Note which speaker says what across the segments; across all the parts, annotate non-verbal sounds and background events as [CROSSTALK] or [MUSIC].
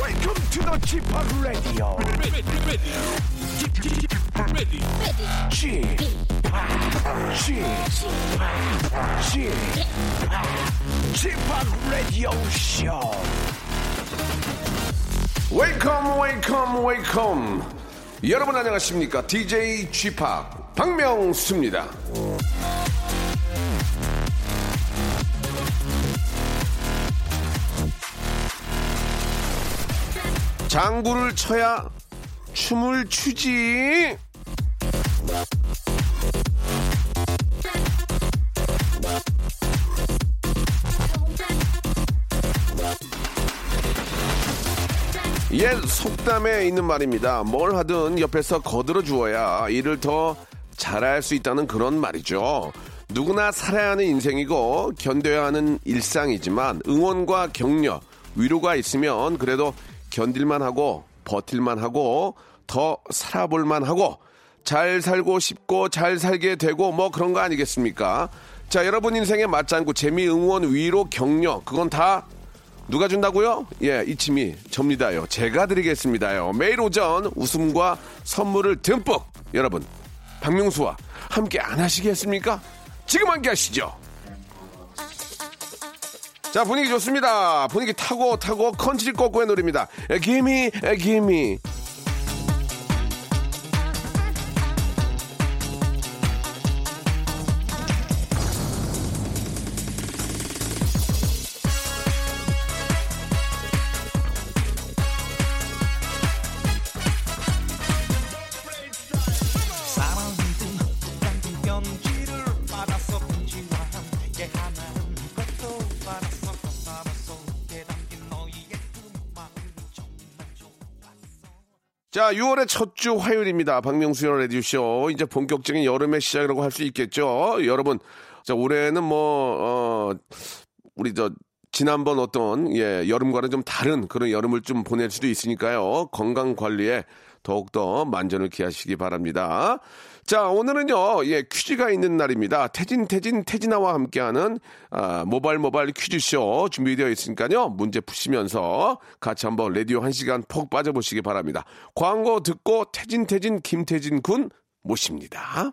Speaker 1: Welcome to the g p o p Radio.
Speaker 2: ready, ready, ready, ready.
Speaker 1: g p o p g p o p g p o p Radio Show.
Speaker 3: 웨이컴 웨이컴 웨이컴 여러분 안녕하십니까 DJ g p o p 박명수입니다 장구를 쳐야 춤을 추지 옛 속담에 있는 말입니다. 뭘 하든 옆에서 거들어 주어야 일을 더 잘할 수 있다는 그런 말이죠. 누구나 살아야 하는 인생이고 견뎌야 하는 일상이지만 응원과 격려, 위로가 있으면 그래도 견딜만 하고 버틸만 하고 더 살아볼만 하고 잘 살고 싶고 잘 살게 되고 뭐 그런 거 아니겠습니까? 자, 여러분 인생의 맞장구, 재미, 응원, 위로, 격려 그건 다 누가 준다고요? 예, 이치미 접니다요. 제가 드리겠습니다요. 매일 오전 웃음과 선물을 듬뿍 여러분 박명수와 함께 안 하시겠습니까? 지금 함께 하시죠. 자 분위기 좋습니다. 분위기 타고 타고 컨트리 꼬꼬의 노래입니다. 에, 기미 에, 기미
Speaker 4: 사랑은 둥그 연기를 받아서 그 편지와 함께 하나는 것도 받아서 받아서 게 담긴 너의 예쁜 마음이 정말 좋았어
Speaker 3: 자, 6월의 첫 주 화요일입니다. 박명수의 라디오쇼. 이제 본격적인 여름의 시작이라고 할 수 있겠죠. 여러분, 자, 올해는 뭐, 어, 우리 저, 지난번 어떤, 예, 여름과는 좀 다른 그런 여름을 좀 보낼 수도 있으니까요. 건강 관리에 더욱더 만전을 기하시기 바랍니다. 자, 오늘은요, 예, 퀴즈가 있는 날입니다. 태진, 태진, 태진아와 함께하는, 아, 모발, 모발 퀴즈쇼 준비되어 있으니까요. 문제 푸시면서 같이 한번 라디오 한 시간 폭 빠져보시기 바랍니다. 광고 듣고 태진, 태진, 김태진 군 모십니다.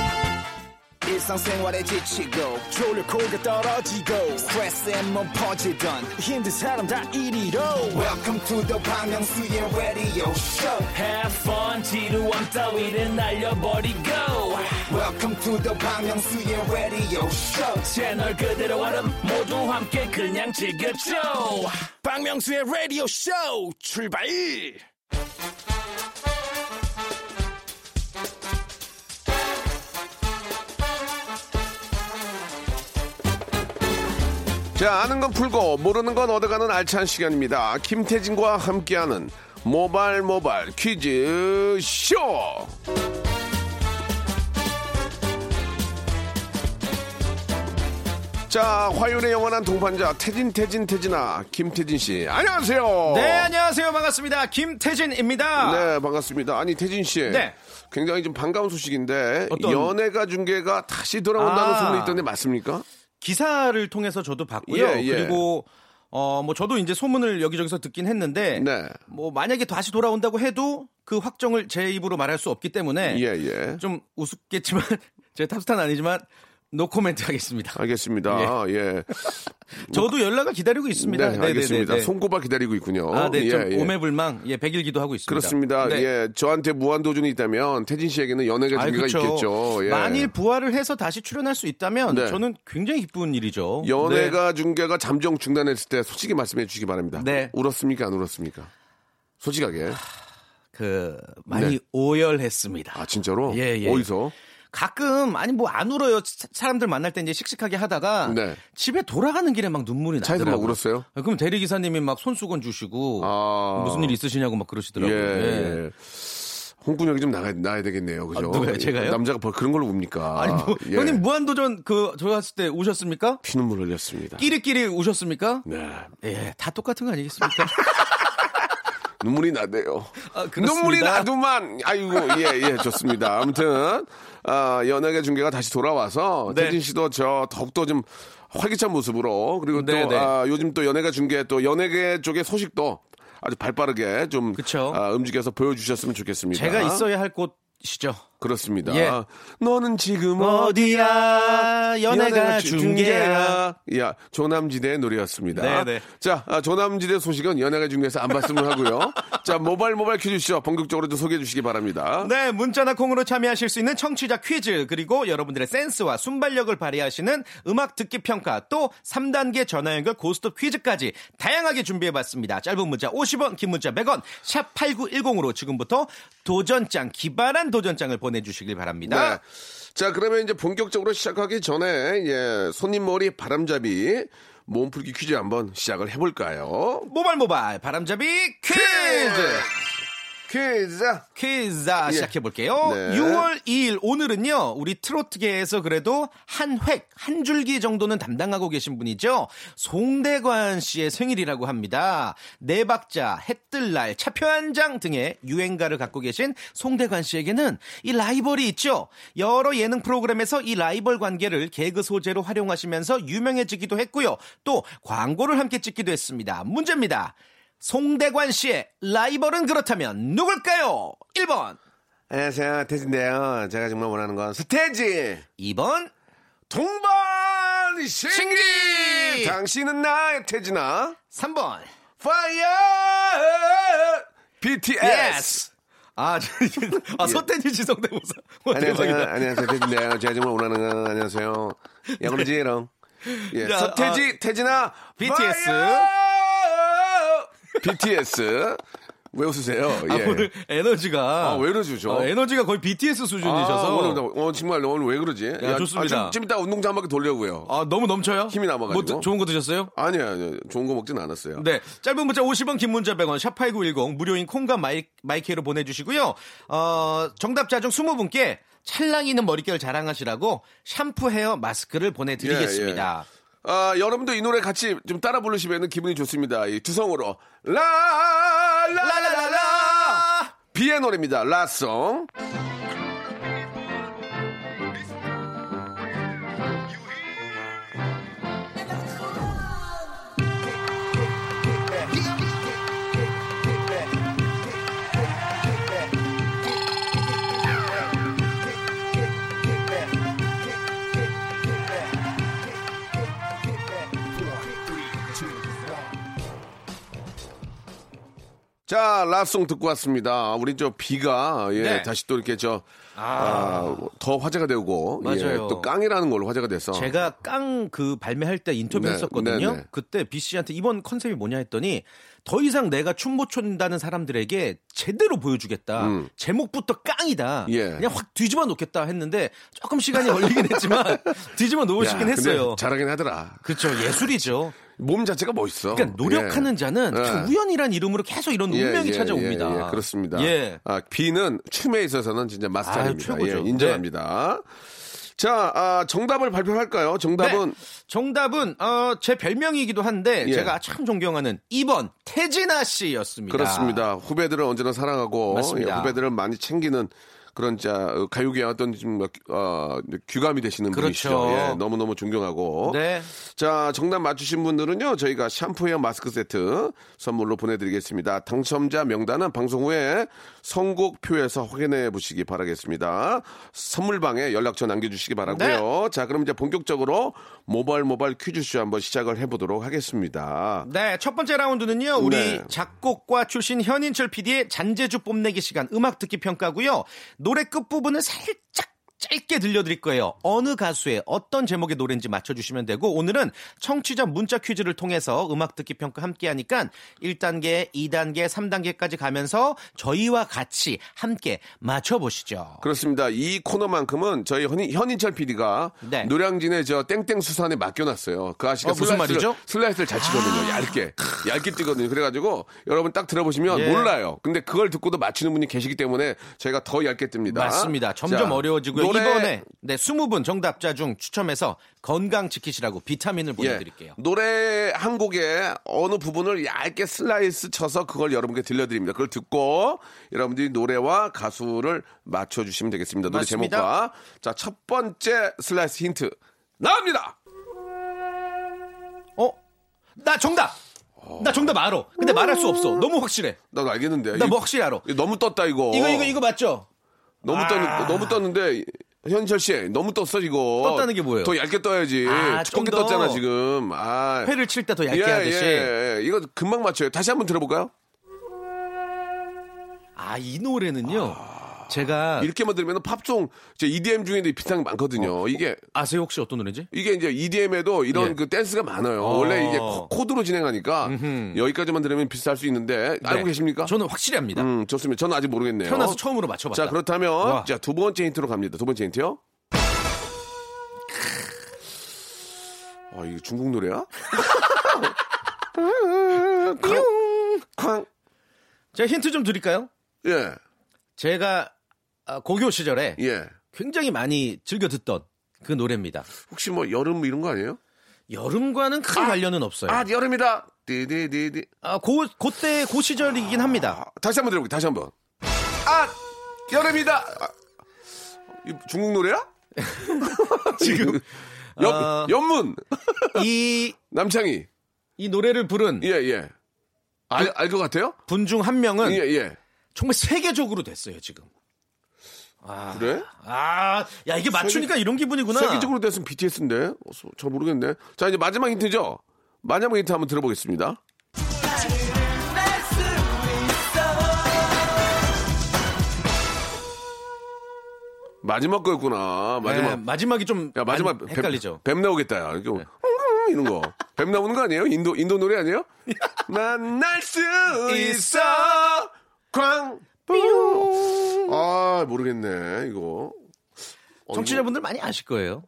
Speaker 5: 일상생활에 지치고, 졸려 코가 떨어지고, 스트레스에 몸 퍼지던, 힘든 사람 다 이리로. welcome to the Bang Myung-soo's radio show
Speaker 6: Have fun 지루함 따위를 날려버리고
Speaker 5: welcome to the Bang Myung-soo's radio show
Speaker 6: 채널 그대로 얼음 모두 함께 그냥 즐겨줘
Speaker 5: 박명수의 radio show 출발
Speaker 3: 자, 아는 건 풀고 모르는 건 얻어가는 알찬 시간입니다. 김태진과 함께하는 모발 모발 퀴즈 쇼. 자, 화요일의 영원한 동반자 태진 태진 태진아 김태진 씨, 안녕하세요.
Speaker 7: 네, 안녕하세요. 반갑습니다. 김태진입니다.
Speaker 3: 네, 반갑습니다. 아니 태진 씨,
Speaker 7: 네.
Speaker 3: 굉장히 좀 반가운 소식인데
Speaker 7: 어떤-
Speaker 3: 연애가 중계가 다시 돌아온다는
Speaker 7: 아.
Speaker 3: 소문이 있던데 맞습니까?
Speaker 7: 기사를 통해서 저도 봤고요.
Speaker 3: 예, 예.
Speaker 7: 그리고 어, 뭐 저도 이제 소문을 여기저기서 듣긴 했는데
Speaker 3: 네.
Speaker 7: 뭐 만약에 다시 돌아온다고 해도 그 확정을 제 입으로 말할 수 없기 때문에
Speaker 3: 예, 예.
Speaker 7: [LAUGHS] 좀 우습겠지만 제 탑스타는 아니지만 노코멘트 하겠습니다.
Speaker 3: 아, 알겠습니다. 예.
Speaker 7: 저도 연락을 기다리고 있습니다.
Speaker 3: 네,
Speaker 7: 네네네네.
Speaker 3: 알겠습니다. 손꼽아 기다리고 있군요.
Speaker 7: 아, 네, 좀
Speaker 3: 예, 예.
Speaker 7: 오매불망, 예, 백일기도 하고 있습니다.
Speaker 3: 그렇습니다.
Speaker 7: 네.
Speaker 3: 예, 저한테 무한 도전이 있다면 태진 씨에게는 연예계
Speaker 7: 아이,
Speaker 3: 중계가
Speaker 7: 그쵸.
Speaker 3: 있겠죠. 예.
Speaker 7: 만일 부활을 해서 다시 출연할 수 있다면
Speaker 3: 네.
Speaker 7: 저는 굉장히 기쁜 일이죠. 네.
Speaker 3: 연예가 중계가 잠정 중단했을 때 솔직히 말씀해 주시기 바랍니다.
Speaker 7: 네.
Speaker 3: 울었습니까? 안 울었습니까? 솔직하게.
Speaker 7: 그 많이
Speaker 3: 네.
Speaker 7: 오열했습니다.
Speaker 3: 아 진짜로?
Speaker 7: 예, 예.
Speaker 3: 어디서?
Speaker 7: 가끔 아니 뭐 안 울어요. 사- 사람들 만날 때 이제 씩씩하게 하다가
Speaker 3: 네.
Speaker 7: 집에 돌아가는 길에 막 눈물이 나더라고요. 아,
Speaker 3: 차에서 막 울었어요?
Speaker 7: 그럼 대리 기사님이 막 손수건 주시고
Speaker 3: 아.
Speaker 7: 무슨 일 있으시냐고 막 그러시더라고요.
Speaker 3: 예,
Speaker 7: 예.
Speaker 3: 예. 홍군역이 좀 나가야, 나야 되겠네요. 그죠?
Speaker 7: 아, 누가요? 제가요?
Speaker 3: 남자가 벌 그런 걸로 웁니까?
Speaker 7: 아니 뭐
Speaker 3: 예.
Speaker 7: 형님 무한도전 그 좋았을 때 우셨습니까?
Speaker 3: 피눈물 흘렸습니다.
Speaker 7: 끼리끼리 우셨습니까?
Speaker 3: 네.
Speaker 7: 예, 다 똑같은
Speaker 3: [LAUGHS]
Speaker 7: 거 아니겠습니까?
Speaker 3: 눈물이 나네요.
Speaker 7: 아, 그렇습니다.
Speaker 3: 눈물이 나도만 아이고 예예 좋습니다. 아무튼 아, 연예계 중계가 다시 돌아와서
Speaker 7: 네.
Speaker 3: 태진 씨도 저 더욱더 좀 활기찬 모습으로 그리고 또
Speaker 7: 네, 네.
Speaker 3: 아, 요즘 또 연예계 중계 또 연예계 쪽의 소식도 아주 발빠르게 좀
Speaker 7: 그쵸.
Speaker 3: 아, 움직여서 보여주셨으면 좋겠습니다.
Speaker 7: 제가 있어야 할 곳이죠.
Speaker 3: 그렇습니다.
Speaker 7: 예.
Speaker 3: 너는 지금
Speaker 7: 어디야 연애가 중계야.
Speaker 3: 야, 조남지대의 노래였습니다.
Speaker 7: 네네.
Speaker 3: 자, 아, 조남지대 소식은 연예가 중계에서 안 봤으면 [LAUGHS] 하고요. 자, 모발 모발 퀴즈 쇼 본격적으로 좀 소개해 주시기 바랍니다.
Speaker 7: 네, 문자나 콩으로 참여하실 수 있는 청취자 퀴즈, 그리고 여러분들의 센스와 순발력을 발휘하시는 음악 듣기 평가, 또 3단계 전화 연결 고스톱 퀴즈까지 다양하게 준비해 봤습니다. 짧은 문자 50원, 긴 문자 100원, 샵 8910으로 지금부터 도전장, 기발한 도전장을 보내주시길 바랍니다.
Speaker 3: 네. 자, 그러면 이제 본격적으로 시작하기 전에 예, 손님 머리 바람잡이 몸풀기 퀴즈 한번 시작을 해볼까요?
Speaker 7: 모발모발 바람잡이 퀴즈!
Speaker 3: 퀴즈. 예.
Speaker 7: 퀴즈 시작해 볼게요.
Speaker 3: 네.
Speaker 7: 6월 2일 오늘은요. 우리 트로트계에서 그래도 한 획, 한 줄기 정도는 담당하고 계신 분이죠. 송대관 씨의 생일이라고 합니다. 네 박자, 해뜰 날, 차표 한 장 등의 유행가를 갖고 계신 송대관 씨에게는 이 라이벌이 있죠. 여러 예능 프로그램에서 이 라이벌 관계를 개그 소재로 활용하시면서 유명해지기도 했고요. 또 광고를 함께 찍기도 했습니다. 문제입니다. 송대관 씨의 라이벌은 그렇다면 누굴까요? 1번,
Speaker 3: 안녕하세요, 태진데요. 아, 제가 정말 원하는 건 스테지.
Speaker 7: 2번,
Speaker 3: 동반 신기
Speaker 7: 신기!
Speaker 3: 당신은 나의 태진아
Speaker 7: 3번.
Speaker 3: 파이어 BTS
Speaker 7: Yes. 아, [LAUGHS] 저-
Speaker 3: 예.
Speaker 7: 아 서태지 지성대모사. 와,
Speaker 3: 안녕하세요
Speaker 7: 대박이다.
Speaker 3: 안녕하세요 태진이에요 네, 제가 정말 원하는 건 안녕하세요 야구르지롱 예,
Speaker 7: 자,
Speaker 3: 서태지 태진아
Speaker 7: BTS.
Speaker 3: 파이어! BTS 왜 웃으세요
Speaker 7: 아,
Speaker 3: 예.
Speaker 7: 오늘 에너지가.
Speaker 3: 아, 왜 이러죠, 저?
Speaker 7: 어, 에너지가 거의 BTS 수준이셔서.
Speaker 3: 아, 오늘, 어, 정말 오늘 왜 그러지 야,
Speaker 7: 좋습니다.
Speaker 3: 아, 좀, 좀 이따 운동장 한 바퀴 돌려고요
Speaker 7: 아, 너무 넘쳐요?
Speaker 3: 힘이 남아가지고.
Speaker 7: 뭐, 드- 좋은 거 드셨어요?
Speaker 3: 아니요 아니요 좋은 거 먹진 않았어요
Speaker 7: 네. 짧은 문자 50원, 긴 문자 100원, 샵8910, 무료인 콩과 마이, 마이케로 보내주시고요. 어, 정답자 중 20분께 찰랑이는 머릿결 자랑하시라고 샴푸 헤어 마스크를 보내드리겠습니다.
Speaker 3: 아, 여러분도 이 노래 같이 좀 따라 부르시면 기분이 좋습니다. 이 두성으로 예. 라라라라라 비의 노래입니다. 라송. 자, 라송 듣고 왔습니다. 우리 저 비가 예,
Speaker 7: 네.
Speaker 3: 다시 또 이렇게 저 아, 더 화제가 되고 예,
Speaker 7: 맞아요.
Speaker 3: 또 깡이라는 걸로 화제가 돼서
Speaker 7: 제가 깡 그 발매할 때 인터뷰
Speaker 3: 어. 네,
Speaker 7: 했었거든요.
Speaker 3: 네, 네.
Speaker 7: 그때 B 씨한테 이번 컨셉이 뭐냐 했더니 더 이상 내가 춤 못 춘다는 사람들에게 제대로 보여주겠다. 제목부터 깡이다.
Speaker 3: 음. 예.
Speaker 7: 그냥 확 뒤집어 놓겠다 했는데 조금 시간이 걸리긴
Speaker 3: [LAUGHS]
Speaker 7: 했지만 [LAUGHS] 뒤집어
Speaker 3: 야,
Speaker 7: 놓으시긴
Speaker 3: 근데
Speaker 7: 했어요.
Speaker 3: 잘하긴 하더라.
Speaker 7: 그렇죠 예술이죠.
Speaker 3: 몸 자체가 멋있어.
Speaker 7: 그러니까 노력하는
Speaker 3: 예.
Speaker 7: 자는
Speaker 3: 예.
Speaker 7: 그냥 우연이란 이름으로 계속 이런
Speaker 3: 예,
Speaker 7: 운명이
Speaker 3: 예,
Speaker 7: 찾아옵니다.
Speaker 3: 예, 예, 그렇습니다.
Speaker 7: 예.
Speaker 3: 아, 비는 춤에 있어서는 진짜 마스터입니다.
Speaker 7: 아유, 최고죠. 네.
Speaker 3: 예, 인정합니다. 자, 아, 정답을 발표할까요? 정답은
Speaker 7: 네, 정답은 어, 제 별명이기도 한데
Speaker 3: 예.
Speaker 7: 제가 참 존경하는 2번 태진아 씨였습니다.
Speaker 3: 그렇습니다. 후배들을 언제나 사랑하고
Speaker 7: 맞습니다.
Speaker 3: 예, 후배들을 많이 챙기는 그런 자 어, 가요계의 어떤 좀 어, 귀감이 되시는
Speaker 7: 그렇죠.
Speaker 3: 분이시죠. 예, 너무너무 존경하고.
Speaker 7: 네.
Speaker 3: 자, 정답 맞추신 분들은요. 저희가 샴푸와 마스크 세트 선물로 보내 드리겠습니다. 당첨자 명단은 방송 후에 선곡표에서 확인해 보시기 바라겠습니다. 선물방에 연락처 남겨 주시기 바라고요. 자, 그럼 이제 본격적으로 모발 모발 퀴즈쇼 한번 시작을 해 보도록 하겠습니다.
Speaker 7: 네, 첫 번째 라운드는요. 우리
Speaker 3: 네.
Speaker 7: 작곡과 출신 현인철 PD의 잔재주 뽐내기 시간 음악 듣기 평가고요. 노래 끝부분을 살짝 짧게 들려드릴 거예요. 어느 가수의 어떤 제목의 노래인지 맞춰주시면 되고 오늘은 청취자 문자 퀴즈를 통해서 음악 듣기 평가 함께 하니까 1단계, 2단계, 3단계까지 가면서 저희와 같이 함께 맞춰보시죠.
Speaker 3: 그렇습니다. 이 코너만큼은 저희 현인, 현인철 PD가
Speaker 7: 네.
Speaker 3: 노량진의 저 땡땡 수산에 맡겨놨어요. 그 아저씨가
Speaker 7: 어, 무슨
Speaker 3: 슬라이스를,
Speaker 7: 말이죠?
Speaker 3: 슬라이스를 잘 치거든요. 얇게 얇게 뛰거든요. 그래가지고 여러분 딱 들어보시면
Speaker 7: 예.
Speaker 3: 몰라요. 근데 그걸 듣고도 맞히는 분이 계시기 때문에 저희가 더 얇게 뜹니다.
Speaker 7: 맞습니다. 점점
Speaker 3: 자,
Speaker 7: 어려워지고요.
Speaker 3: 노래-
Speaker 7: 이번에 네, 20분 정답자 중 추첨해서 건강 지키시라고 비타민을
Speaker 3: 예,
Speaker 7: 보내드릴게요.
Speaker 3: 노래 한 곡의 어느 부분을 얇게 슬라이스 쳐서 그걸 여러분께 들려드립니다. 그걸 듣고 여러분들이 노래와 가수를 맞춰주시면 되겠습니다. 노래
Speaker 7: 맞습니다.
Speaker 3: 제목과 자 첫 번째 슬라이스 힌트 나옵니다.
Speaker 7: 어? 나 정답! 나 정답 알아. 근데 말할 수 없어. 너무 확실해.
Speaker 3: 나도 알겠는데.
Speaker 7: 나
Speaker 3: 이- 어.
Speaker 7: 뭐 확실히 알아.
Speaker 3: 이거 너무 떴다 이거.
Speaker 7: 이거, 이거, 이거 맞죠?
Speaker 3: 너무 떴 너무 떴는데 현철 씨 너무 떴어 이거.
Speaker 7: 떴다는 게 뭐예요?
Speaker 3: 더 얇게 떠야지.
Speaker 7: 아, 좀
Speaker 3: 두껍게
Speaker 7: 더.
Speaker 3: 떴잖아 지금. 아.
Speaker 7: 회를 칠 때 더 얇게
Speaker 3: 예,
Speaker 7: 하듯이.
Speaker 3: 예, 예. 이거 금방 맞춰요. 다시 한번 들어볼까요?
Speaker 7: 아, 이 노래는요.
Speaker 3: 아.
Speaker 7: 제가
Speaker 3: 이렇게만 들으면 팝송 이제 EDM 중에도 비슷한 게 많거든요. 이게
Speaker 7: 아세요 혹시 어떤 노래인지?
Speaker 3: 이게 이제 EDM에도 이런
Speaker 7: 어. 예.
Speaker 3: 그 댄스가 많아요.
Speaker 7: 어.
Speaker 3: 원래 이게 코- 코드로 진행하니까 여기까지만 들으면 비슷할 수 있는데 알고
Speaker 7: 네.
Speaker 3: 계십니까?
Speaker 7: 저는 확실히 합니다.
Speaker 3: 아. 음, 좋습니다. 저는 아직 모르겠네요.
Speaker 7: 태어나서 처음으로 맞춰봤다.
Speaker 3: 자, 그렇다면
Speaker 7: 와.
Speaker 3: 자, 두 번째 힌트로 갑니다. 두 번째 힌트요. 아, 이거 중국 노래야? [LAUGHS] 쾅.
Speaker 7: 제가 힌트 좀 드릴까요?
Speaker 3: 예.
Speaker 7: 제가 아, 고교 시절에
Speaker 3: 예.
Speaker 7: 굉장히 많이 즐겨 듣던 그 노래입니다.
Speaker 3: 혹시 뭐 여름 이런 거 아니에요?
Speaker 7: 여름과는 큰 관련은 없어요.
Speaker 3: 아, 여름이다. 디디디디.
Speaker 7: 아, 고, 그때 고 시절이긴 합니다.
Speaker 3: 다시 한번 들어볼게요. 다시 한번. 아, 여름이다. 아, 이 중국
Speaker 7: [LAUGHS]
Speaker 3: 노래야? [LAUGHS] 지금 옆
Speaker 7: 어.
Speaker 3: 옆문
Speaker 7: 이,
Speaker 3: 남창희.
Speaker 7: 이 노래를 부른
Speaker 3: 아. 예, 예. 알알 것 같아요?
Speaker 7: 분 중 한 명은
Speaker 3: 예, 예.
Speaker 7: 정말 세계적으로 됐어요, 지금.
Speaker 3: 그래?
Speaker 7: 아, 야, 이게 맞추니까 이런 기분이구나.
Speaker 3: 세계적으로 됐으면 BTS인데 어, 소- 저 모르겠네. 자 이제 마지막 힌트죠. 마지막 힌트 한번 들어보겠습니다. 마지막 거였구나. 마지막.
Speaker 7: 네, 마지막이 좀
Speaker 3: 야 마지막
Speaker 7: 많이 헷갈리죠. 네.
Speaker 3: 뱀, 뱀 나오겠다. 야. 이거 이런 거. 뱀 나오는 거 아니에요? 인도 인도 노래
Speaker 7: [LAUGHS]
Speaker 3: 아니에요? 만날 수 있어. 광. 아 모르겠네 이거. 어,
Speaker 7: 정치자분들 많이 아실 거예요.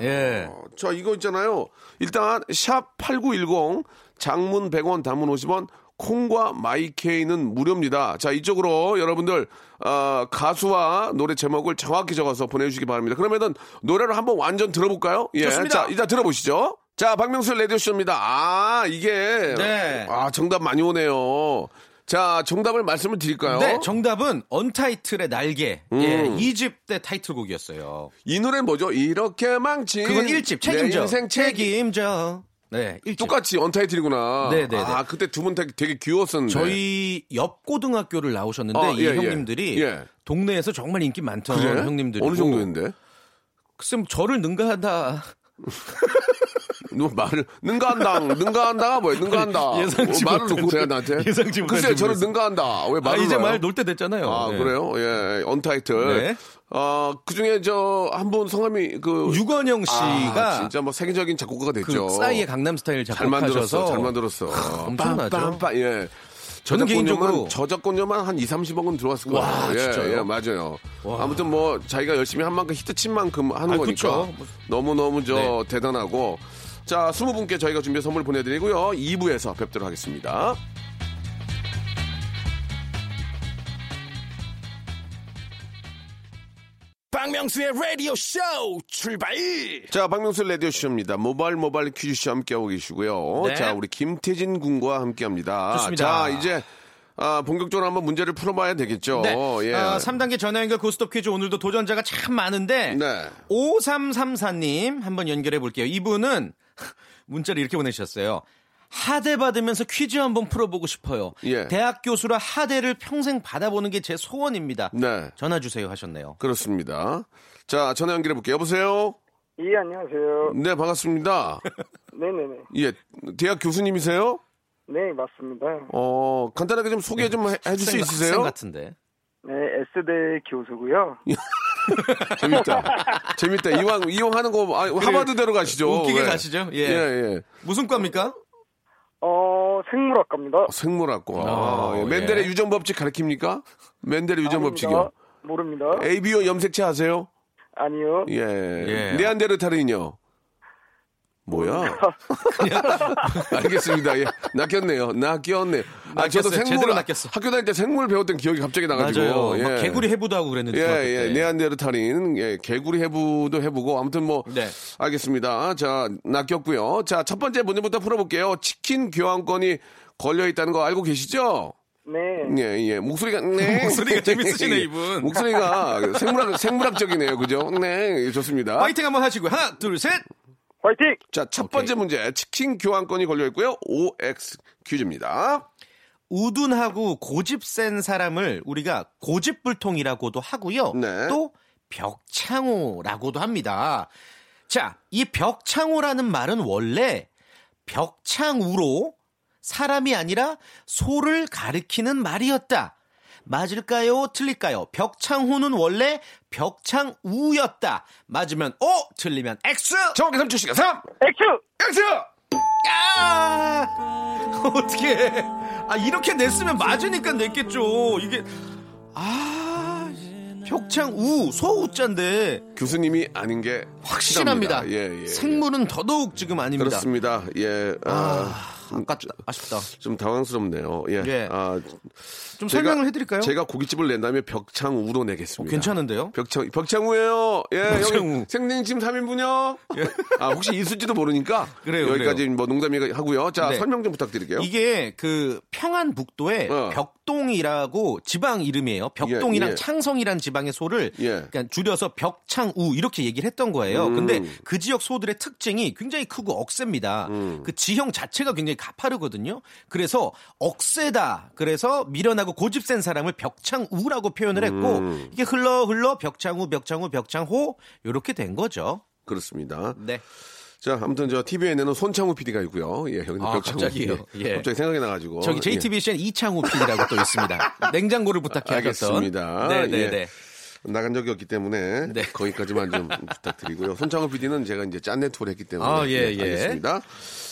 Speaker 7: 예.
Speaker 3: 어, 자, 이거 있잖아요. 일단 샵8910 장문 100원 단문 50원 콩과 마이케이는 무료입니다. 자, 이쪽으로 여러분들 어, 가수와 노래 제목을 정확히 적어서 보내 주시기 바랍니다. 그러면은 노래를 한번 완전 들어볼까요? 예.
Speaker 7: 좋습니다.
Speaker 3: 자, 일단 들어보시죠. 자, 박명수 라디오 쇼입니다. 아, 이게
Speaker 7: 네.
Speaker 3: 아, 정답 많이 오네요. 자, 정답을 말씀을 드릴까요?
Speaker 7: 네, 정답은 언타이틀의 날개. 예,
Speaker 3: 음.
Speaker 7: 2집 때 타이틀곡이었어요.
Speaker 3: 이 노래는 뭐죠? 이렇게 망친
Speaker 7: 그건 1집 책임져.
Speaker 3: 예. 내 인생 책임
Speaker 7: 책임져. 네, 1집.
Speaker 3: 똑같이 언타이틀이구나.
Speaker 7: 네네,
Speaker 3: 아,
Speaker 7: 네.
Speaker 3: 그때 두 분 되게, 되게 귀여웠었는데.
Speaker 7: 저희 옆 고등학교를 나오셨는데
Speaker 3: 아,
Speaker 7: 이
Speaker 3: 예, 예.
Speaker 7: 형님들이
Speaker 3: 예.
Speaker 7: 동네에서 정말 인기 많던
Speaker 3: 그래?
Speaker 7: 형님들
Speaker 3: 어느 정도였는데?
Speaker 7: 글쎄 뭐 저를 능가하다
Speaker 3: 너뭐 말을 능가한다. 능가한다가 뭐야? 능가한다.
Speaker 7: 예상치
Speaker 3: 뭐 말을
Speaker 7: 못한
Speaker 3: 놓고 그래
Speaker 7: 질-
Speaker 3: 나한테.
Speaker 7: 예상치 못한
Speaker 3: 글쎄 저를
Speaker 7: 질문이었어.
Speaker 3: 능가한다. 왜
Speaker 7: 아
Speaker 3: 말을
Speaker 7: 이제
Speaker 3: 놔요?
Speaker 7: 말 놀 때 됐잖아요
Speaker 3: 아,
Speaker 7: 네.
Speaker 3: 그래요? 예, 예, 언타이틀.
Speaker 7: 네.
Speaker 3: 어, 그 중에 저, 한 분 성함이 그.
Speaker 7: 유건영
Speaker 3: 아,
Speaker 7: 씨가
Speaker 3: 진짜 뭐 세계적인 작곡가가
Speaker 7: 그
Speaker 3: 됐죠.
Speaker 7: 싸이의 강남스타일
Speaker 3: 잘 만들었어.
Speaker 7: 작곡하셔서
Speaker 3: 잘 만들었어.
Speaker 7: 엄청나죠?
Speaker 3: 빰빰빰, 예.
Speaker 7: 저는 개인적으로-
Speaker 3: 저작권료만 한 2, 30억은 들어왔을 거예요.
Speaker 7: 와,
Speaker 3: 예,
Speaker 7: 진짜요?
Speaker 3: 예, 맞아요. 아무튼 뭐 자기가 열심히 한 만큼 히트 친 만큼 하는
Speaker 7: 아,
Speaker 3: 거니까
Speaker 7: 그쵸. 네. 뭐-
Speaker 3: 너무너무 저 대단하고 자, 20분께 저희가 준비한 선물 보내 드리고요. 2부에서 뵙도록 하겠습니다.
Speaker 2: 박명수의 라디오 쇼 출발
Speaker 3: 자, 박명수 라디오 쇼입니다. 모발 모발 퀴즈 쇼 함께하고 계시고요.
Speaker 7: 네.
Speaker 3: 자, 우리 김태진 군과 함께합니다.
Speaker 7: 좋습니다.
Speaker 3: 자, 이제 아, 본격적으로 한번 문제를 풀어봐야 되겠죠.
Speaker 7: 네.
Speaker 3: 예.
Speaker 7: 어, 3단계 전화 연결 고스톱 퀴즈 오늘도 도전자가 참 많은데
Speaker 3: 네.
Speaker 7: 5334님 한번 연결해 볼게요. 이분은 [LAUGHS] 문자를 이렇게 보내주셨어요. 하대 받으면서 퀴즈 한번 풀어보고 싶어요.
Speaker 3: 예.
Speaker 7: 대학 교수라 하대를 평생 받아보는 게 제 소원입니다.
Speaker 3: 네.
Speaker 7: 전화 주세요 하셨네요.
Speaker 3: 그렇습니다. 자, 전화 연결해 볼게요. 여보세요?
Speaker 8: 예, 안녕하세요.
Speaker 3: 네, 반갑습니다.
Speaker 8: 네네네.
Speaker 3: 예, 대학 교수님이세요?
Speaker 8: 네, 맞습니다.
Speaker 3: 어, 간단하게 좀 소개 좀 해- 해줄 수
Speaker 8: 학생-
Speaker 3: 있으세요?
Speaker 8: 학생
Speaker 7: 같은데.
Speaker 8: 네, S대 교수고요.
Speaker 3: 재밌다. 재밌다. 이왕, 이용하는 거, 아, 하버드대로 가시죠.
Speaker 7: 웃기게
Speaker 3: 예.
Speaker 7: 가시죠. 예.
Speaker 3: 예,
Speaker 7: 무슨 과입니까?
Speaker 8: 어, 생물학과입니다.
Speaker 3: 생물학과. 아,
Speaker 7: 아,
Speaker 3: 예.
Speaker 7: 예.
Speaker 3: 맨델의 유전법칙 가르칩니까? 맨델의 유전법칙이요.
Speaker 8: 아닙니다. 모릅니다.
Speaker 3: ABO 염색체 아세요?
Speaker 8: 아니요.
Speaker 3: 예. 네안데르탈인요.
Speaker 7: 음.
Speaker 3: 뭐야? [LAUGHS] 알겠습니다. 예. 낚였네요. 낚였네. 아, 저도
Speaker 7: 낚였어요.
Speaker 3: 생물
Speaker 7: 제대로
Speaker 3: 을 학교 다닐 때 생물 배웠던 기억이 갑자기 나가지고.
Speaker 7: 맞아요.
Speaker 3: 예.
Speaker 7: 막 개구리 해부도 하고 그랬는데.
Speaker 3: 예,
Speaker 7: 중학교
Speaker 3: 예,
Speaker 7: 때.
Speaker 3: 네안데르탈인, 예, 개구리 해부도 해보고, 아무튼 뭐,
Speaker 7: 네.
Speaker 3: 알겠습니다. 자, 낚였고요. 자, 첫 번째 문제부터 풀어볼게요. 치킨 교환권이 걸려있다는 거 알고 계시죠?
Speaker 8: 네.
Speaker 3: 예, 예. 목소리가, 네.
Speaker 7: [LAUGHS] 목소리가
Speaker 3: [LAUGHS]
Speaker 7: 재밌으시네,
Speaker 3: 예.
Speaker 7: 이분.
Speaker 3: 목소리가 생물학, 생물학적이네요. 그죠? 네. 좋습니다.
Speaker 7: 화이팅 한번 하시고 하나, 둘, 셋!
Speaker 8: 화이팅!
Speaker 3: 자, 첫 번째 문제. 치킨 교환권이 걸려있고요. OX 퀴즈입니다.
Speaker 7: 우둔하고 고집 센 사람을 우리가 고집불통이라고도 하고요. 또 벽창호라고도 합니다. 자, 이 벽창호라는 말은 원래 벽창우로 사람이 아니라 소를 가리키는 말이었다. 맞을까요? 틀릴까요? 벽창호는 원래 벽창우였다. 맞으면 O, 틀리면 X.
Speaker 3: 정확히 3주 시간 3.
Speaker 7: X.
Speaker 3: X.
Speaker 7: 야! [LAUGHS] 어떻게? 아 이렇게 냈으면 맞으니까 냈겠죠. 이게 아 벽창 우 소우자인데
Speaker 3: 교수님이 아닌 게
Speaker 7: 확실합니다.
Speaker 3: 확실합니다. 예, 예.
Speaker 7: 생물은 더더욱 지금 아닙니다.
Speaker 3: 그렇습니다. 예. 아,
Speaker 7: 아깝다. 아쉽다.
Speaker 3: 좀 당황스럽네요. 예.
Speaker 7: 예.
Speaker 3: 아, 제가-
Speaker 7: 좀 설명을 해드릴까요? 어,
Speaker 3: 제가 고깃집을 낸 다음에 벽창우로 내겠습니다.
Speaker 7: 괜찮은데요?
Speaker 3: 벽창 벽창우예요. 예,
Speaker 7: 벽창우. 예.
Speaker 3: 여기 생냉찜 3인분요. 아, 혹시 있을지도 모르니까
Speaker 7: 그래요,
Speaker 3: 여기까지 뭐 농담이 하고요. 자,
Speaker 7: 네.
Speaker 3: 설명 좀 부탁드릴게요. 어.
Speaker 7: 이게 그 평안북도에 벽동이라고 지방 이름이에요. 벽동이랑
Speaker 3: 예, 예.
Speaker 7: 창성이란 지방의 소를 그러니까 줄여서 벽창우 이렇게 얘기를 했던 거예요.
Speaker 3: 음.
Speaker 7: 근데 그 지역 소들의 특징이 굉장히 크고 억셉니다.
Speaker 3: 음.
Speaker 7: 그 지형 자체가 굉장히 가파르거든요. 그래서 억세다. 그래서 미련하고 고집센 사람을 벽창우라고 표현을 했고
Speaker 3: 음.
Speaker 7: 이게 흘러 흘러 벽창우 벽창우 벽창호 이렇게 된 거죠.
Speaker 3: 그렇습니다.
Speaker 7: 네.
Speaker 3: 자, 아무튼 저 TVN에는 손창우 PD가 있고요. 예, 여기는
Speaker 7: 아,
Speaker 3: 벽창우.
Speaker 7: 갑자기요.
Speaker 3: PD.
Speaker 7: 예.
Speaker 3: 갑자기 생각이 나가지고.
Speaker 7: 저기
Speaker 3: 예.
Speaker 7: JTBC엔 이창호 PD라고 또
Speaker 3: [LAUGHS]
Speaker 7: 있습니다. 냉장고를 부탁해 하셨던.
Speaker 3: 알겠습니다.
Speaker 7: 네네네.
Speaker 3: 예. 나간 적이 없기 때문에
Speaker 7: 네.
Speaker 3: 거기까지만
Speaker 7: [LAUGHS]
Speaker 3: 좀 부탁드리고요. 손창호 PD는 제가 이제 짠내 투를 했기 때문에
Speaker 7: 아, 예, 예.
Speaker 3: 알겠습니다.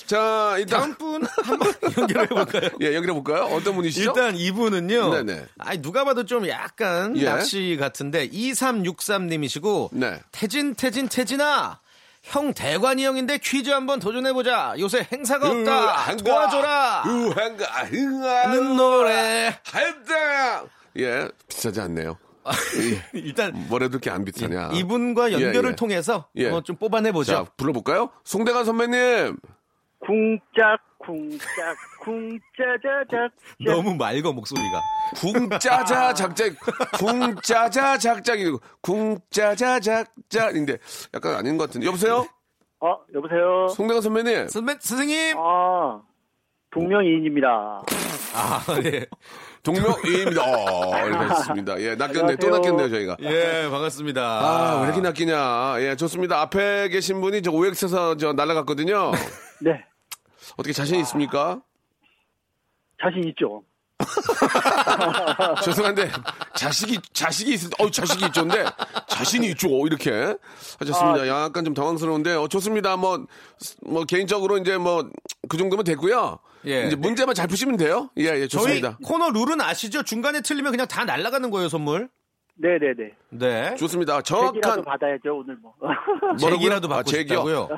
Speaker 3: 자, 일단 다음
Speaker 7: 분 한번 [LAUGHS] 연결해
Speaker 3: [LAUGHS]
Speaker 7: 볼까요?
Speaker 3: 예, 연결해 볼까요? 어떤 분이시죠?
Speaker 7: 일단 이분은요.
Speaker 3: 네네.
Speaker 7: 아니 누가 봐도 좀 약간
Speaker 3: 예. 네.
Speaker 7: 낚시 같은데 2363님이시고 태진 태진 태진아 형 대관이 형인데 퀴즈 한번 도전해 보자. 요새 행사가 없다.
Speaker 3: 유한가,
Speaker 7: 도와줘라.
Speaker 3: 유한가, 흥하는
Speaker 7: 노래.
Speaker 3: 한다. 예, 비싸지 않네요. 예.
Speaker 7: 일단
Speaker 3: 뭐래도 이렇게 안 비싸냐?
Speaker 7: 아. 이분과 연결을 통해서 어, 좀 뽑아내 보죠.
Speaker 3: 예, 자, 불러볼까요? 송대관 선배님.
Speaker 8: 쿵짝, 쿵짝,
Speaker 3: [LAUGHS]
Speaker 8: 쿵짜자작.
Speaker 3: 예.
Speaker 7: 너무 맑어 목소리가.
Speaker 3: 궁짜자 작작 궁짜자 작작이고 궁짜자 작작인데 약간 아닌 것 같은데 여보세요?
Speaker 8: 어, 여보세요?
Speaker 3: 송대관 선배님.
Speaker 7: 선배 선생님.
Speaker 8: 아, 동명이인입니다.
Speaker 7: 아, 예.
Speaker 3: 동명이입니다. 어, 그렇습니다. 예, 낚였네. 또
Speaker 8: 안녕하세요.
Speaker 3: 낚였네요, 저희가.
Speaker 7: 예, 반갑습니다.
Speaker 3: 아, 왜 이렇게 낚이냐. 예, 좋습니다. 앞에 계신 분이 저 OX에서 저 날아갔거든요.
Speaker 8: 네.
Speaker 3: 어떻게 자신 있습니까?
Speaker 8: 자신 있죠?
Speaker 3: 죄송한데, 자식이, 자식이 있을 때, 어, 자식이 있죠인데, 자신이 있죠. 이렇게 하셨습니다.
Speaker 8: 아.
Speaker 3: 약간 좀 당황스러운데, 어, 좋습니다. 뭐, 뭐, 개인적으로 이제 뭐, 그 정도면 됐고요.
Speaker 7: 예.
Speaker 3: 이제 문제만 잘 푸시면 돼요. 예, 예, 좋습니다.
Speaker 7: 저희 코너 룰은 아시죠? 중간에 틀리면 그냥 다 날아가는 거예요, 선물.
Speaker 8: 네네네.
Speaker 7: 네.
Speaker 3: 좋습니다.
Speaker 8: 책이라도
Speaker 3: 정확한.
Speaker 8: 받아야죠, 오늘 뭐. [LAUGHS]
Speaker 7: 제기라도 받고
Speaker 3: 제기요?
Speaker 7: 싶다고요?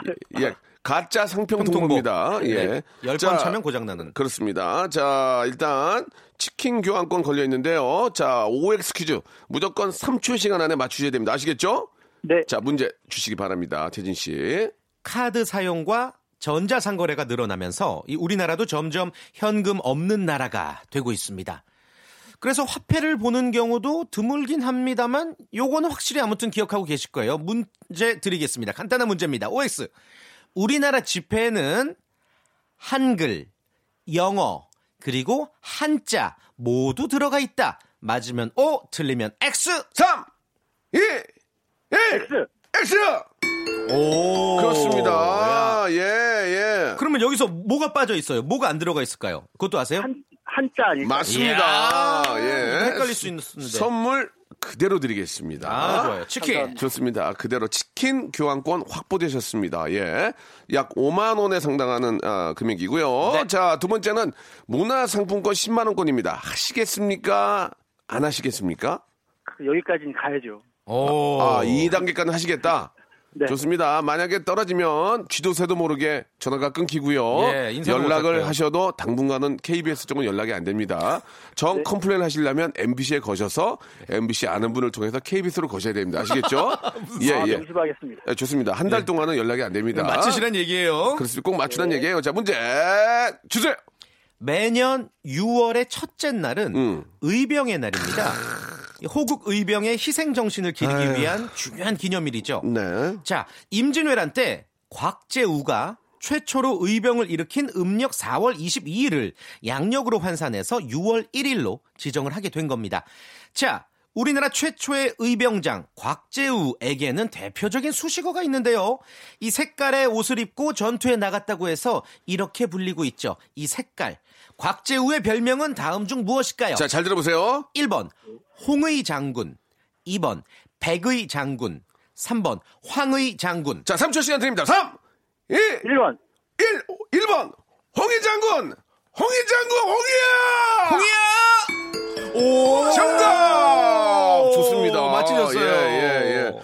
Speaker 3: 예. 가짜 상품 통보입니다. 예.
Speaker 7: 네. 열번
Speaker 3: 자,
Speaker 7: 차면 고장 나는.
Speaker 3: 그렇습니다. 자, 일단 치킨 교환권 걸려 있는데요. 자, OX 퀴즈. 무조건 3초 시간 안에 맞추셔야 됩니다. 아시겠죠?
Speaker 8: 네.
Speaker 3: 자, 문제 주시기 바랍니다. 태진 씨. 예!
Speaker 7: 카드 사용과 전자상거래가 늘어나면서 이 우리나라도 점점 현금 없는 나라가 되고 있습니다. 그래서 화폐를 보는 경우도 드물긴 합니다만 요거는 확실히 아무튼 기억하고 계실 거예요. 문제 드리겠습니다. 간단한 문제입니다. OX. 우리나라 지폐에는 한글, 영어, 그리고 한자 모두 들어가 있다. 맞으면 O, 틀리면 X.
Speaker 3: 3, 2, 1. 예! X.
Speaker 7: 오.
Speaker 3: 그렇습니다. 예, 예.
Speaker 7: 그러면 여기서 뭐가 빠져 있어요? 뭐가 안 들어가 있을까요? 그것도 아세요?
Speaker 8: 한자 아닐까요?
Speaker 3: 맞습니다.
Speaker 7: 이야,
Speaker 3: 예.
Speaker 7: 음, 헷갈릴 수 있는데.
Speaker 3: 선물 그대로 드리겠습니다.
Speaker 7: 아, 좋아요. 치킨. 감사합니다.
Speaker 3: 좋습니다. 아, 그대로 치킨 교환권 확보되셨습니다. 예. 약 5만 원에 상당하는 아, 금액이고요.
Speaker 7: 네.
Speaker 3: 자, 두 번째는 문화상품권 10만 원권입니다. 하시겠습니까? 안 하시겠습니까?
Speaker 8: 여기까지는 가야죠.
Speaker 7: 오.
Speaker 3: 아, 2단계까지 하시겠다.
Speaker 8: 네.
Speaker 3: 좋습니다. 만약에 떨어지면 쥐도 새도 모르게 전화가 끊기고요.
Speaker 7: 예, 인사 못
Speaker 3: 연락을
Speaker 7: 할게요.
Speaker 3: 하셔도 당분간은 KBS 쪽은 연락이 안 됩니다. 정 컴플레인 하시려면 MBC에 거셔서
Speaker 7: 네.
Speaker 3: MBC 아는 분을 통해서 KBS로 거셔야 됩니다.
Speaker 7: [LAUGHS]
Speaker 3: 아시겠죠? 예,
Speaker 8: 아,
Speaker 3: 예.
Speaker 8: 명심하겠습니다.
Speaker 3: 예, 좋습니다. 한
Speaker 7: 네.
Speaker 3: 달 동안은 연락이 안 됩니다.
Speaker 7: 맞추시란 얘기예요.
Speaker 3: 아. 그렇습니다. 꼭 맞추란 얘기예요. 자, 문제 주세요.
Speaker 7: 매년 6월의 첫째 날은
Speaker 3: 음.
Speaker 7: 의병의 날입니다. 호국 의병의 희생 정신을 기리기
Speaker 3: 아유.
Speaker 7: 위한 중요한 기념일이죠.
Speaker 3: 네.
Speaker 7: 자, 임진왜란 때 곽재우가 최초로 의병을 일으킨 음력 4월 22일을 양력으로 환산해서 6월 1일로 지정을 하게 된 겁니다. 자, 우리나라 최초의 의병장 곽재우에게는 대표적인 수식어가 있는데요. 이 색깔의 옷을 입고 전투에 나갔다고 해서 이렇게 불리고 있죠. 이 색깔. 곽재우의 별명은 다음 중 무엇일까요?
Speaker 3: 자, 잘 들어보세요.
Speaker 7: 1번 홍의 장군, 2번 백의 장군, 3번 황의 장군.
Speaker 3: 자, 3초 시간 드립니다. 3, 2,
Speaker 8: 1번.
Speaker 3: 1, 1번 홍희 장군 홍희 장군 홍희야
Speaker 7: 홍이야! 오!
Speaker 3: 정답 좋습니다
Speaker 7: 맞히셨어요.
Speaker 3: 예예예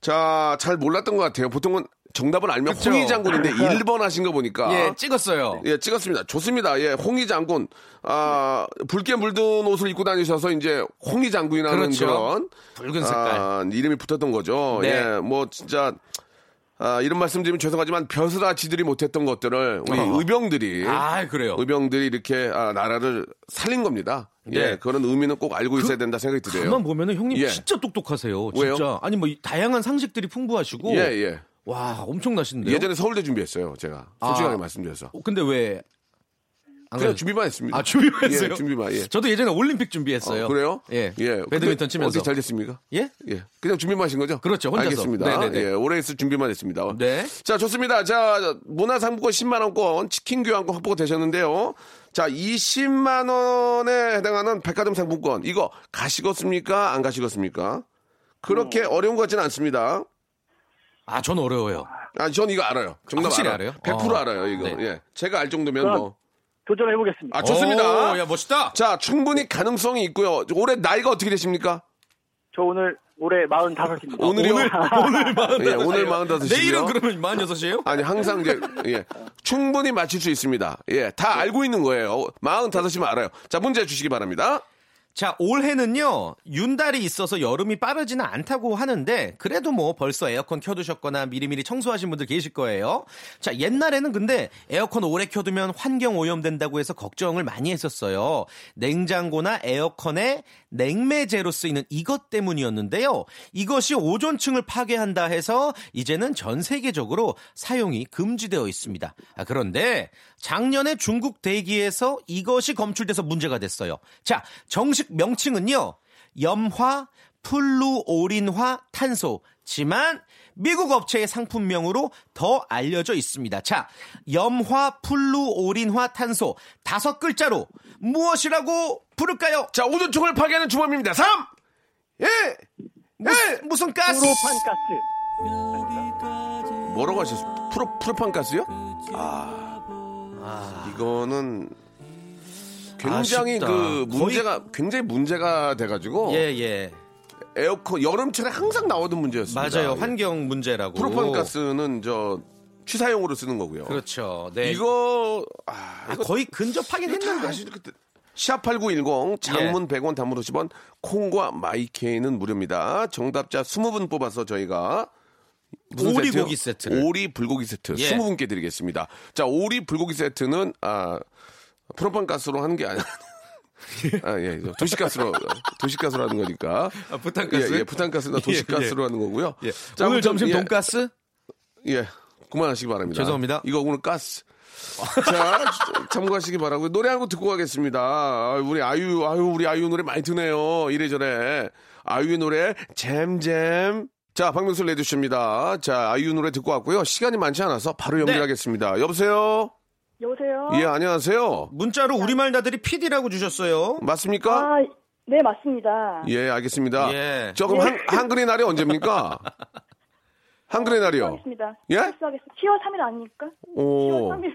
Speaker 3: 자잘 몰랐던 것 같아요 보통은 정답을 알면
Speaker 7: 그쵸.
Speaker 3: 홍희
Speaker 7: [LAUGHS]
Speaker 3: 장군인데 1번 하신 거 보니까
Speaker 7: 예, 찍었어요.
Speaker 3: 예, 찍었습니다. 좋습니다. 예, 홍희 장군. 아, 붉게 물든 옷을 입고 다니셔서 이제 홍희 장군이라는
Speaker 7: 그렇죠.
Speaker 3: 그런
Speaker 7: 붉은 색깔.
Speaker 3: 아, 이름이 붙었던 거죠.
Speaker 7: 네.
Speaker 3: 예, 뭐 진짜 아, 이런 말씀드리면 죄송하지만 벼슬아치들이 못했던 것들을 우리
Speaker 7: 어허.
Speaker 3: 의병들이
Speaker 7: 아, 그래요.
Speaker 3: 예. 의병들이 이렇게 아, 나라를 살린 겁니다.
Speaker 7: 네.
Speaker 3: 예, 그런 의미는 꼭 알고 있어야 된다 생각이 드네요.
Speaker 7: 가만 보면은 형님
Speaker 3: 예.
Speaker 7: 진짜 똑똑하세요. 진짜.
Speaker 3: 왜요?
Speaker 7: 아니 뭐이 다양한 상식들이 풍부하시고
Speaker 3: 예, 예.
Speaker 7: 와, 엄청나신데요.
Speaker 3: 예전에 서울대 준비했어요, 제가. 솔직하게
Speaker 7: 아.
Speaker 3: 말씀드려서.
Speaker 7: 어, 근데 왜?
Speaker 3: 그냥
Speaker 7: 안 그래요?
Speaker 3: 준비만 했습니다.
Speaker 7: 아, 준비만 했어요?
Speaker 3: 예, 준비만, 예.
Speaker 7: 저도 예전에 올림픽 준비했어요.
Speaker 3: 어, 그래요?
Speaker 7: 예.
Speaker 3: 근데
Speaker 7: 배드민턴 치면서.
Speaker 3: 어떻게 잘 됐습니까?
Speaker 7: 예?
Speaker 3: 예. 그냥 준비만 하신 거죠?
Speaker 7: 그렇죠, 혼자서.
Speaker 3: 알겠습니다.
Speaker 7: 네네네.
Speaker 3: 예, 올해 있을 준비만 했습니다.
Speaker 7: 네.
Speaker 3: 자, 좋습니다. 자, 문화상품권 10만원권, 치킨 교환권 확보가 되셨는데요. 자, 20만원에 해당하는 백화점 상품권, 이거 가시겠습니까? 안 가시겠습니까? 그렇게
Speaker 7: 음.
Speaker 3: 어려운 것 같지는 않습니다.
Speaker 7: 아, 전 어려워요.
Speaker 3: 아, 전 이거 알아요. 정답
Speaker 7: 확실히 알아요?
Speaker 3: 100%
Speaker 7: 어.
Speaker 3: 알아요, 이거.
Speaker 7: 네.
Speaker 3: 예. 제가 알 정도면
Speaker 8: 그럼-
Speaker 3: 뭐.
Speaker 8: 도전해보겠습니다.
Speaker 3: 아, 좋습니다.
Speaker 7: 오, 야, 멋있다.
Speaker 3: 자, 충분히 가능성이 있고요. 올해 나이가 어떻게 되십니까?
Speaker 8: 저 오늘 올해 45입니다.
Speaker 3: 오늘이요? 오늘,
Speaker 7: 네,
Speaker 8: [LAUGHS]
Speaker 7: 오늘
Speaker 3: 예, 오늘
Speaker 7: 마흔
Speaker 3: 45이요.
Speaker 7: 내일은 그러면 46이에요?
Speaker 3: 아니 항상 이제 예, 충분히 맞힐 수 있습니다. 예,
Speaker 7: 네.
Speaker 3: 다 알고 있는 거예요. 45이면 알아요. 자, 문제 주시기 바랍니다.
Speaker 7: 자, 올해는요, 윤달이 있어서 여름이 빠르지는 않다고 하는데, 그래도 뭐 벌써 에어컨 켜두셨거나 미리미리 청소하신 분들 계실 거예요. 자, 옛날에는 근데 에어컨 오래 켜두면 환경 오염된다고 해서 걱정을 많이 했었어요. 냉장고나 에어컨에 냉매제로 쓰이는 이것 때문이었는데요. 이것이 오존층을 파괴한다 해서 이제는 전 세계적으로 사용이 금지되어 있습니다. 아, 그런데 작년에 중국 대기에서 이것이 검출돼서 문제가 됐어요. 자, 정식 명칭은요. 염화 플루오린화 탄소지만 미국 업체의 상품명으로 더 알려져 있습니다. 자, 염화 플루오린화 탄소 다섯 글자로 무엇이라고 부를까요?
Speaker 3: 자, 오존총을 파괴하는 주범입니다. 3 예!
Speaker 7: 무슨, 무슨 가스?
Speaker 8: 프로판가스.
Speaker 3: 뭐라고 하셨어요? 프로 프로판 가스요? 아. 이거는 굉장히
Speaker 7: 아쉽다.
Speaker 3: 그
Speaker 7: 거의-
Speaker 3: 문제가 굉장히 문제가 돼 가지고
Speaker 7: 예, 예.
Speaker 3: 에어컨 여름철에 항상 나오던 문제였습니다.
Speaker 7: 맞아요.
Speaker 3: 예.
Speaker 7: 환경 문제라고.
Speaker 3: 프로판 가스는 저 취사용으로 쓰는 거고요.
Speaker 7: 그렇죠. 네.
Speaker 3: 이거 아,
Speaker 7: 아, 거의 근접하긴 했는데.
Speaker 3: 시합 8910
Speaker 7: 예.
Speaker 3: 장문 100원 단문 50원 콩과 마이케이는 무료입니다. 정답자 20분 뽑아서 저희가 무슨
Speaker 7: 오리
Speaker 3: 세트요?
Speaker 7: 고기 세트를.
Speaker 3: 오리 불고기 세트
Speaker 7: 예.
Speaker 3: 20분께
Speaker 7: [LAUGHS]
Speaker 3: 드리겠습니다. 자, 오리 불고기 세트는 아 프로판 가스로 하는 게 아니라 아, 예. 도시가스로, 도시가스로 하는 거니까.
Speaker 7: 아, 부탄가스?
Speaker 3: 예, 예,
Speaker 7: [LAUGHS]
Speaker 3: 부탄가스나 도시가스로 하는 거고요.
Speaker 7: 예.
Speaker 3: 자,
Speaker 7: 오늘
Speaker 3: 아무튼,
Speaker 7: 점심
Speaker 3: 예.
Speaker 7: 돈가스?
Speaker 3: 예. 그만하시기 바랍니다.
Speaker 7: 죄송합니다.
Speaker 3: 이거 오늘 가스. 자, [LAUGHS] 참고하시기 바라고요. 노래 한 곡 듣고 가겠습니다. 아, 우리 아유, 아유, 우리 아유 노래 많이 드네요. 이래저래. 아유의 노래, 잼잼. 자, 박명수 레디쇼입니다. 자, 아유 노래 듣고 왔고요. 시간이 많지 않아서
Speaker 7: 네.
Speaker 3: 바로 연결하겠습니다. 여보세요?
Speaker 9: 여보세요?
Speaker 3: 예, 안녕하세요.
Speaker 7: 문자로 우리말 나들이 PD라고 주셨어요.
Speaker 3: 맞습니까?
Speaker 9: 아, 네, 맞습니다.
Speaker 3: 예, 알겠습니다.
Speaker 7: 예.
Speaker 3: 조금 한, 한글의 날이
Speaker 7: [LAUGHS]
Speaker 3: 언제입니까? 한글의 날이요.
Speaker 9: 하겠습니다.
Speaker 3: 예?
Speaker 9: 실수하겠습니다. 10월 3일 아닙니까?
Speaker 7: 어,
Speaker 3: 오.
Speaker 9: 3일.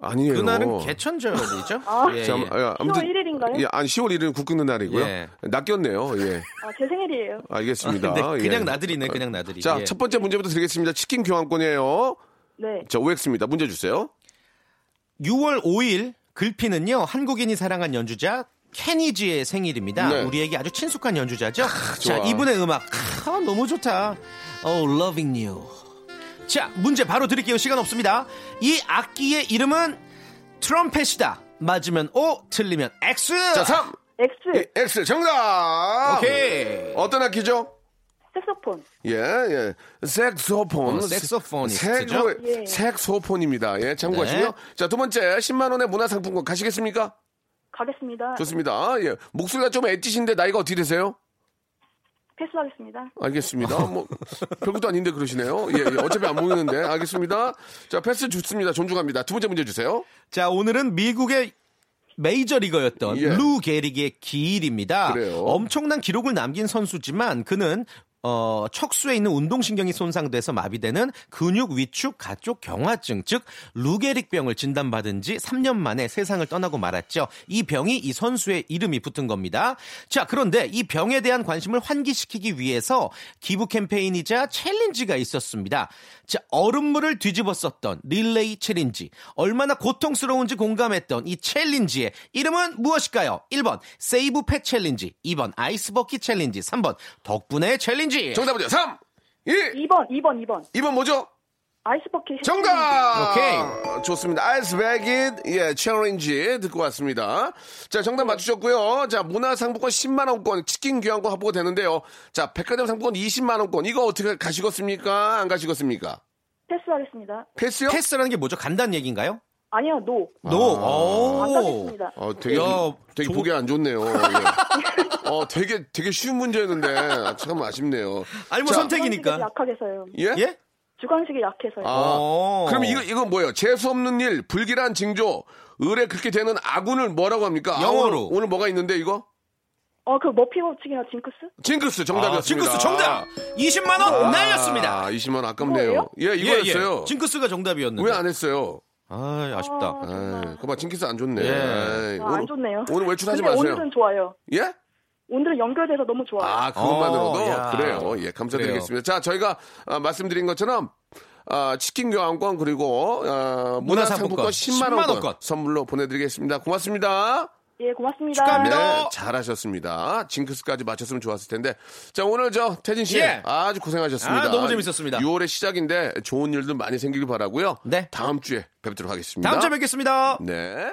Speaker 3: 아니에요.
Speaker 7: 그날은 개천절이죠?
Speaker 9: 아.
Speaker 7: 예,
Speaker 3: 자,
Speaker 7: 예.
Speaker 3: 아, 아무튼
Speaker 9: 10월 1일인가요?
Speaker 3: 예, 아니 10월 1일은 국 끊는 날이고요.
Speaker 7: 예.
Speaker 3: 낚였네요. 예.
Speaker 9: 아, 제 생일이에요.
Speaker 3: 알겠습니다.
Speaker 7: 아, 근데
Speaker 3: 예.
Speaker 7: 그냥 [LAUGHS] 나들이네, 그냥 나들이.
Speaker 3: 자,
Speaker 7: 예.
Speaker 3: 첫 번째 문제부터 드리겠습니다. 치킨 교환권이에요.
Speaker 9: 네.
Speaker 3: 자, OX입니다. 문제 주세요.
Speaker 7: 6월 5일 글피는요 한국인이 사랑한 연주자 케니지의 생일입니다.
Speaker 3: 네.
Speaker 7: 우리에게 아주 친숙한 연주자죠. 자
Speaker 3: 좋아.
Speaker 7: 이분의 음악 아, 너무 좋다. Oh, loving you. 자 문제 바로 드릴게요. 시간 없습니다. 이 악기의 이름은 트럼펫이다. 맞으면 O, 틀리면 X.
Speaker 3: 자, 3.
Speaker 9: X.
Speaker 3: X 정답.
Speaker 7: 오케이.
Speaker 3: 어떤 악기죠?
Speaker 9: 색소폰.
Speaker 3: 예, 예. 색소폰.
Speaker 7: 어, 색소포니스트죠?
Speaker 3: 색으로-
Speaker 9: 예.
Speaker 3: 색소폰입니다. 예, 참고하시고요.
Speaker 7: 네.
Speaker 3: 자, 두 번째 10만 원의 문화상품권 가시겠습니까?
Speaker 9: 가겠습니다.
Speaker 3: 좋습니다. 아, 예. 목소리가 좀 애찌신데 나이가 어떻게 되세요?
Speaker 9: 패스하겠습니다.
Speaker 3: 알겠습니다. 뭐 별것도 아닌데 그러시네요. 예, 예. 어차피 안 보이는데 알겠습니다. 자 패스 좋습니다. 존중합니다. 두 번째 문제 주세요.
Speaker 7: 자 오늘은 미국의 메이저리거였던
Speaker 3: 예.
Speaker 7: 루 게릭의 기일입니다.
Speaker 3: 그래요.
Speaker 7: 엄청난 기록을 남긴 선수지만 그는 어, 척수에 있는 운동신경이 손상돼서 마비되는 근육 위축 가쪽 경화증 즉 루게릭병을 진단받은 지 3년 만에 세상을 떠나고 말았죠. 이 병이 이 선수의 이름이 붙은 겁니다. 자 그런데 이 병에 대한 관심을 환기시키기 위해서 기부 캠페인이자 챌린지가 있었습니다. 자 얼음물을 뒤집어 썼던 릴레이 챌린지 얼마나 고통스러운지 공감했던 이 챌린지의 이름은 무엇일까요? 1번 세이브 팩 챌린지 2번 아이스 버킷 챌린지 3번 덕분에 챌린지
Speaker 3: 정답은요. 3, 1.
Speaker 9: 2번, 2번, 2번.
Speaker 3: 2번 뭐죠?
Speaker 9: 아이스버킷.
Speaker 3: 정답.
Speaker 7: 오케이.
Speaker 3: 아, 좋습니다. 아이스백인 예 챌린지 듣고 왔습니다. 자 정답 맞추셨고요. 자 문화상품권 10만 원권 치킨 교환권 확보가 되는데요. 자 백화점 상품권 20만 원권 이거 어떻게 가시겠습니까? 안 가시겠습니까?
Speaker 9: 패스하겠습니다.
Speaker 3: 패스요?
Speaker 7: 패스라는 게 뭐죠? 간단 얘기인가요?
Speaker 9: 아니요, 노. 아,
Speaker 7: 노. 오.
Speaker 9: 안 가겠습니다.
Speaker 3: 어, 되게,
Speaker 7: 야,
Speaker 3: 되게
Speaker 7: 저-
Speaker 3: 보기 안 좋네요. 예. 어, 되게, 되게 쉬운 문제였는데, 아, 참 아쉽네요.
Speaker 7: 아니 뭐
Speaker 3: 자,
Speaker 7: 선택이니까.
Speaker 9: 주관식이 약하게서요.
Speaker 3: 예?
Speaker 7: 예?
Speaker 9: 주관식이 약해서요.
Speaker 3: 아,
Speaker 7: 어.
Speaker 3: 그럼 이거, 이건 뭐예요? 재수없는 일, 불길한 징조, 을에 그렇게 되는 아군을 뭐라고 합니까? 아,
Speaker 7: 영어로.
Speaker 3: 오늘, 오늘 뭐가 있는데, 이거?
Speaker 9: 어, 그 머피 법칙이나 징크스?
Speaker 3: 징크스
Speaker 7: 아,
Speaker 3: 정답이었습니다.
Speaker 7: 징크스 정답. 네, 20만 원 날렸습니다.
Speaker 3: 아, 20만 아깝네요. 예, 이거였어요.
Speaker 7: 징크스가 정답이었는데.
Speaker 3: 왜 안 했어요?
Speaker 7: 아, 아쉽다.
Speaker 9: 아,
Speaker 3: 아, 그봐 징크스 안 좋네.
Speaker 7: 예.
Speaker 3: 아이,
Speaker 9: 아, 안 좋네요.
Speaker 3: 오늘 외출하지
Speaker 9: 근데
Speaker 3: 마세요.
Speaker 9: 오늘은 좋아요.
Speaker 3: 예?
Speaker 9: 오늘은 연결돼서 너무 좋아요.
Speaker 3: 아, 그것만으로도
Speaker 7: 어, 야.
Speaker 3: 그래요. 예, 감사드리겠습니다. 자, 저희가 아, 말씀드린 것처럼 아, 치킨 교환권 그리고 아, 문화상품권
Speaker 7: 문화상품권
Speaker 3: 10만
Speaker 7: 10만
Speaker 3: 원권
Speaker 7: 원권.
Speaker 3: 선물로 보내드립니다. 고맙습니다.
Speaker 9: 예, 고맙습니다.
Speaker 3: 네, 잘하셨습니다. 징크스까지 맞췄으면 좋았을 텐데. 자, 오늘 저 태진 씨
Speaker 7: 예.
Speaker 3: 아주 고생하셨습니다.
Speaker 7: 아, 너무 재밌었습니다.
Speaker 3: 6월의 시작인데 좋은 일도 많이 생기길 바라고요.
Speaker 7: 네.
Speaker 3: 다음 주에 뵙도록 하겠습니다.
Speaker 7: 다음 주에 뵙겠습니다.
Speaker 3: 네.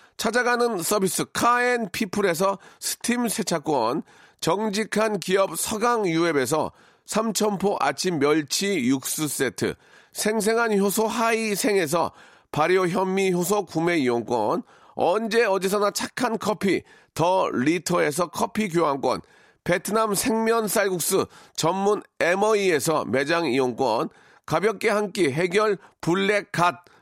Speaker 3: 찾아가는 서비스 카앤피플에서 스팀 세차권, 정직한 기업 서강유앱에서 삼천포 아침 멸치 육수 세트, 생생한 효소 하이생에서 발효 현미 효소 구매 이용권, 언제 어디서나 착한 커피 더 리터에서 커피 교환권, 베트남 생면 쌀국수 전문 에머이에서 매장 이용권, 가볍게 한 끼 해결 블랙 갓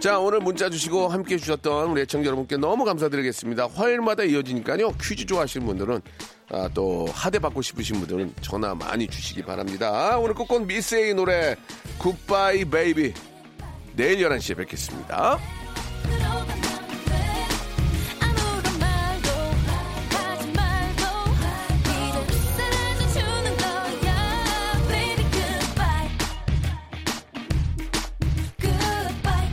Speaker 3: 자, 오늘 문자 주시고 함께 해주셨던 우리 애청자 여러분께 너무 감사드리겠습니다. 화요일마다 이어지니까요. 퀴즈 좋아하시는 분들은, 아, 또, 하대 받고 싶으신 분들은 전화 많이 주시기 바랍니다. 오늘 끝곡 미스의 노래, 굿바이 베이비. 내일 11시에 뵙겠습니다.
Speaker 10: 아무런 말도 하지 말고 이제 사라져주는 거야 Baby goodbye goodbye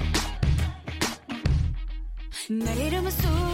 Speaker 10: 내 이름은 수